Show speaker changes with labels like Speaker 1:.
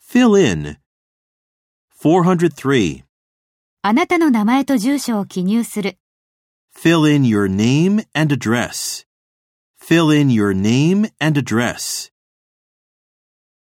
Speaker 1: Fill in. 403.
Speaker 2: あなたの名前と住所を記入する。
Speaker 1: Fill in your name and address. Fill in your name and address.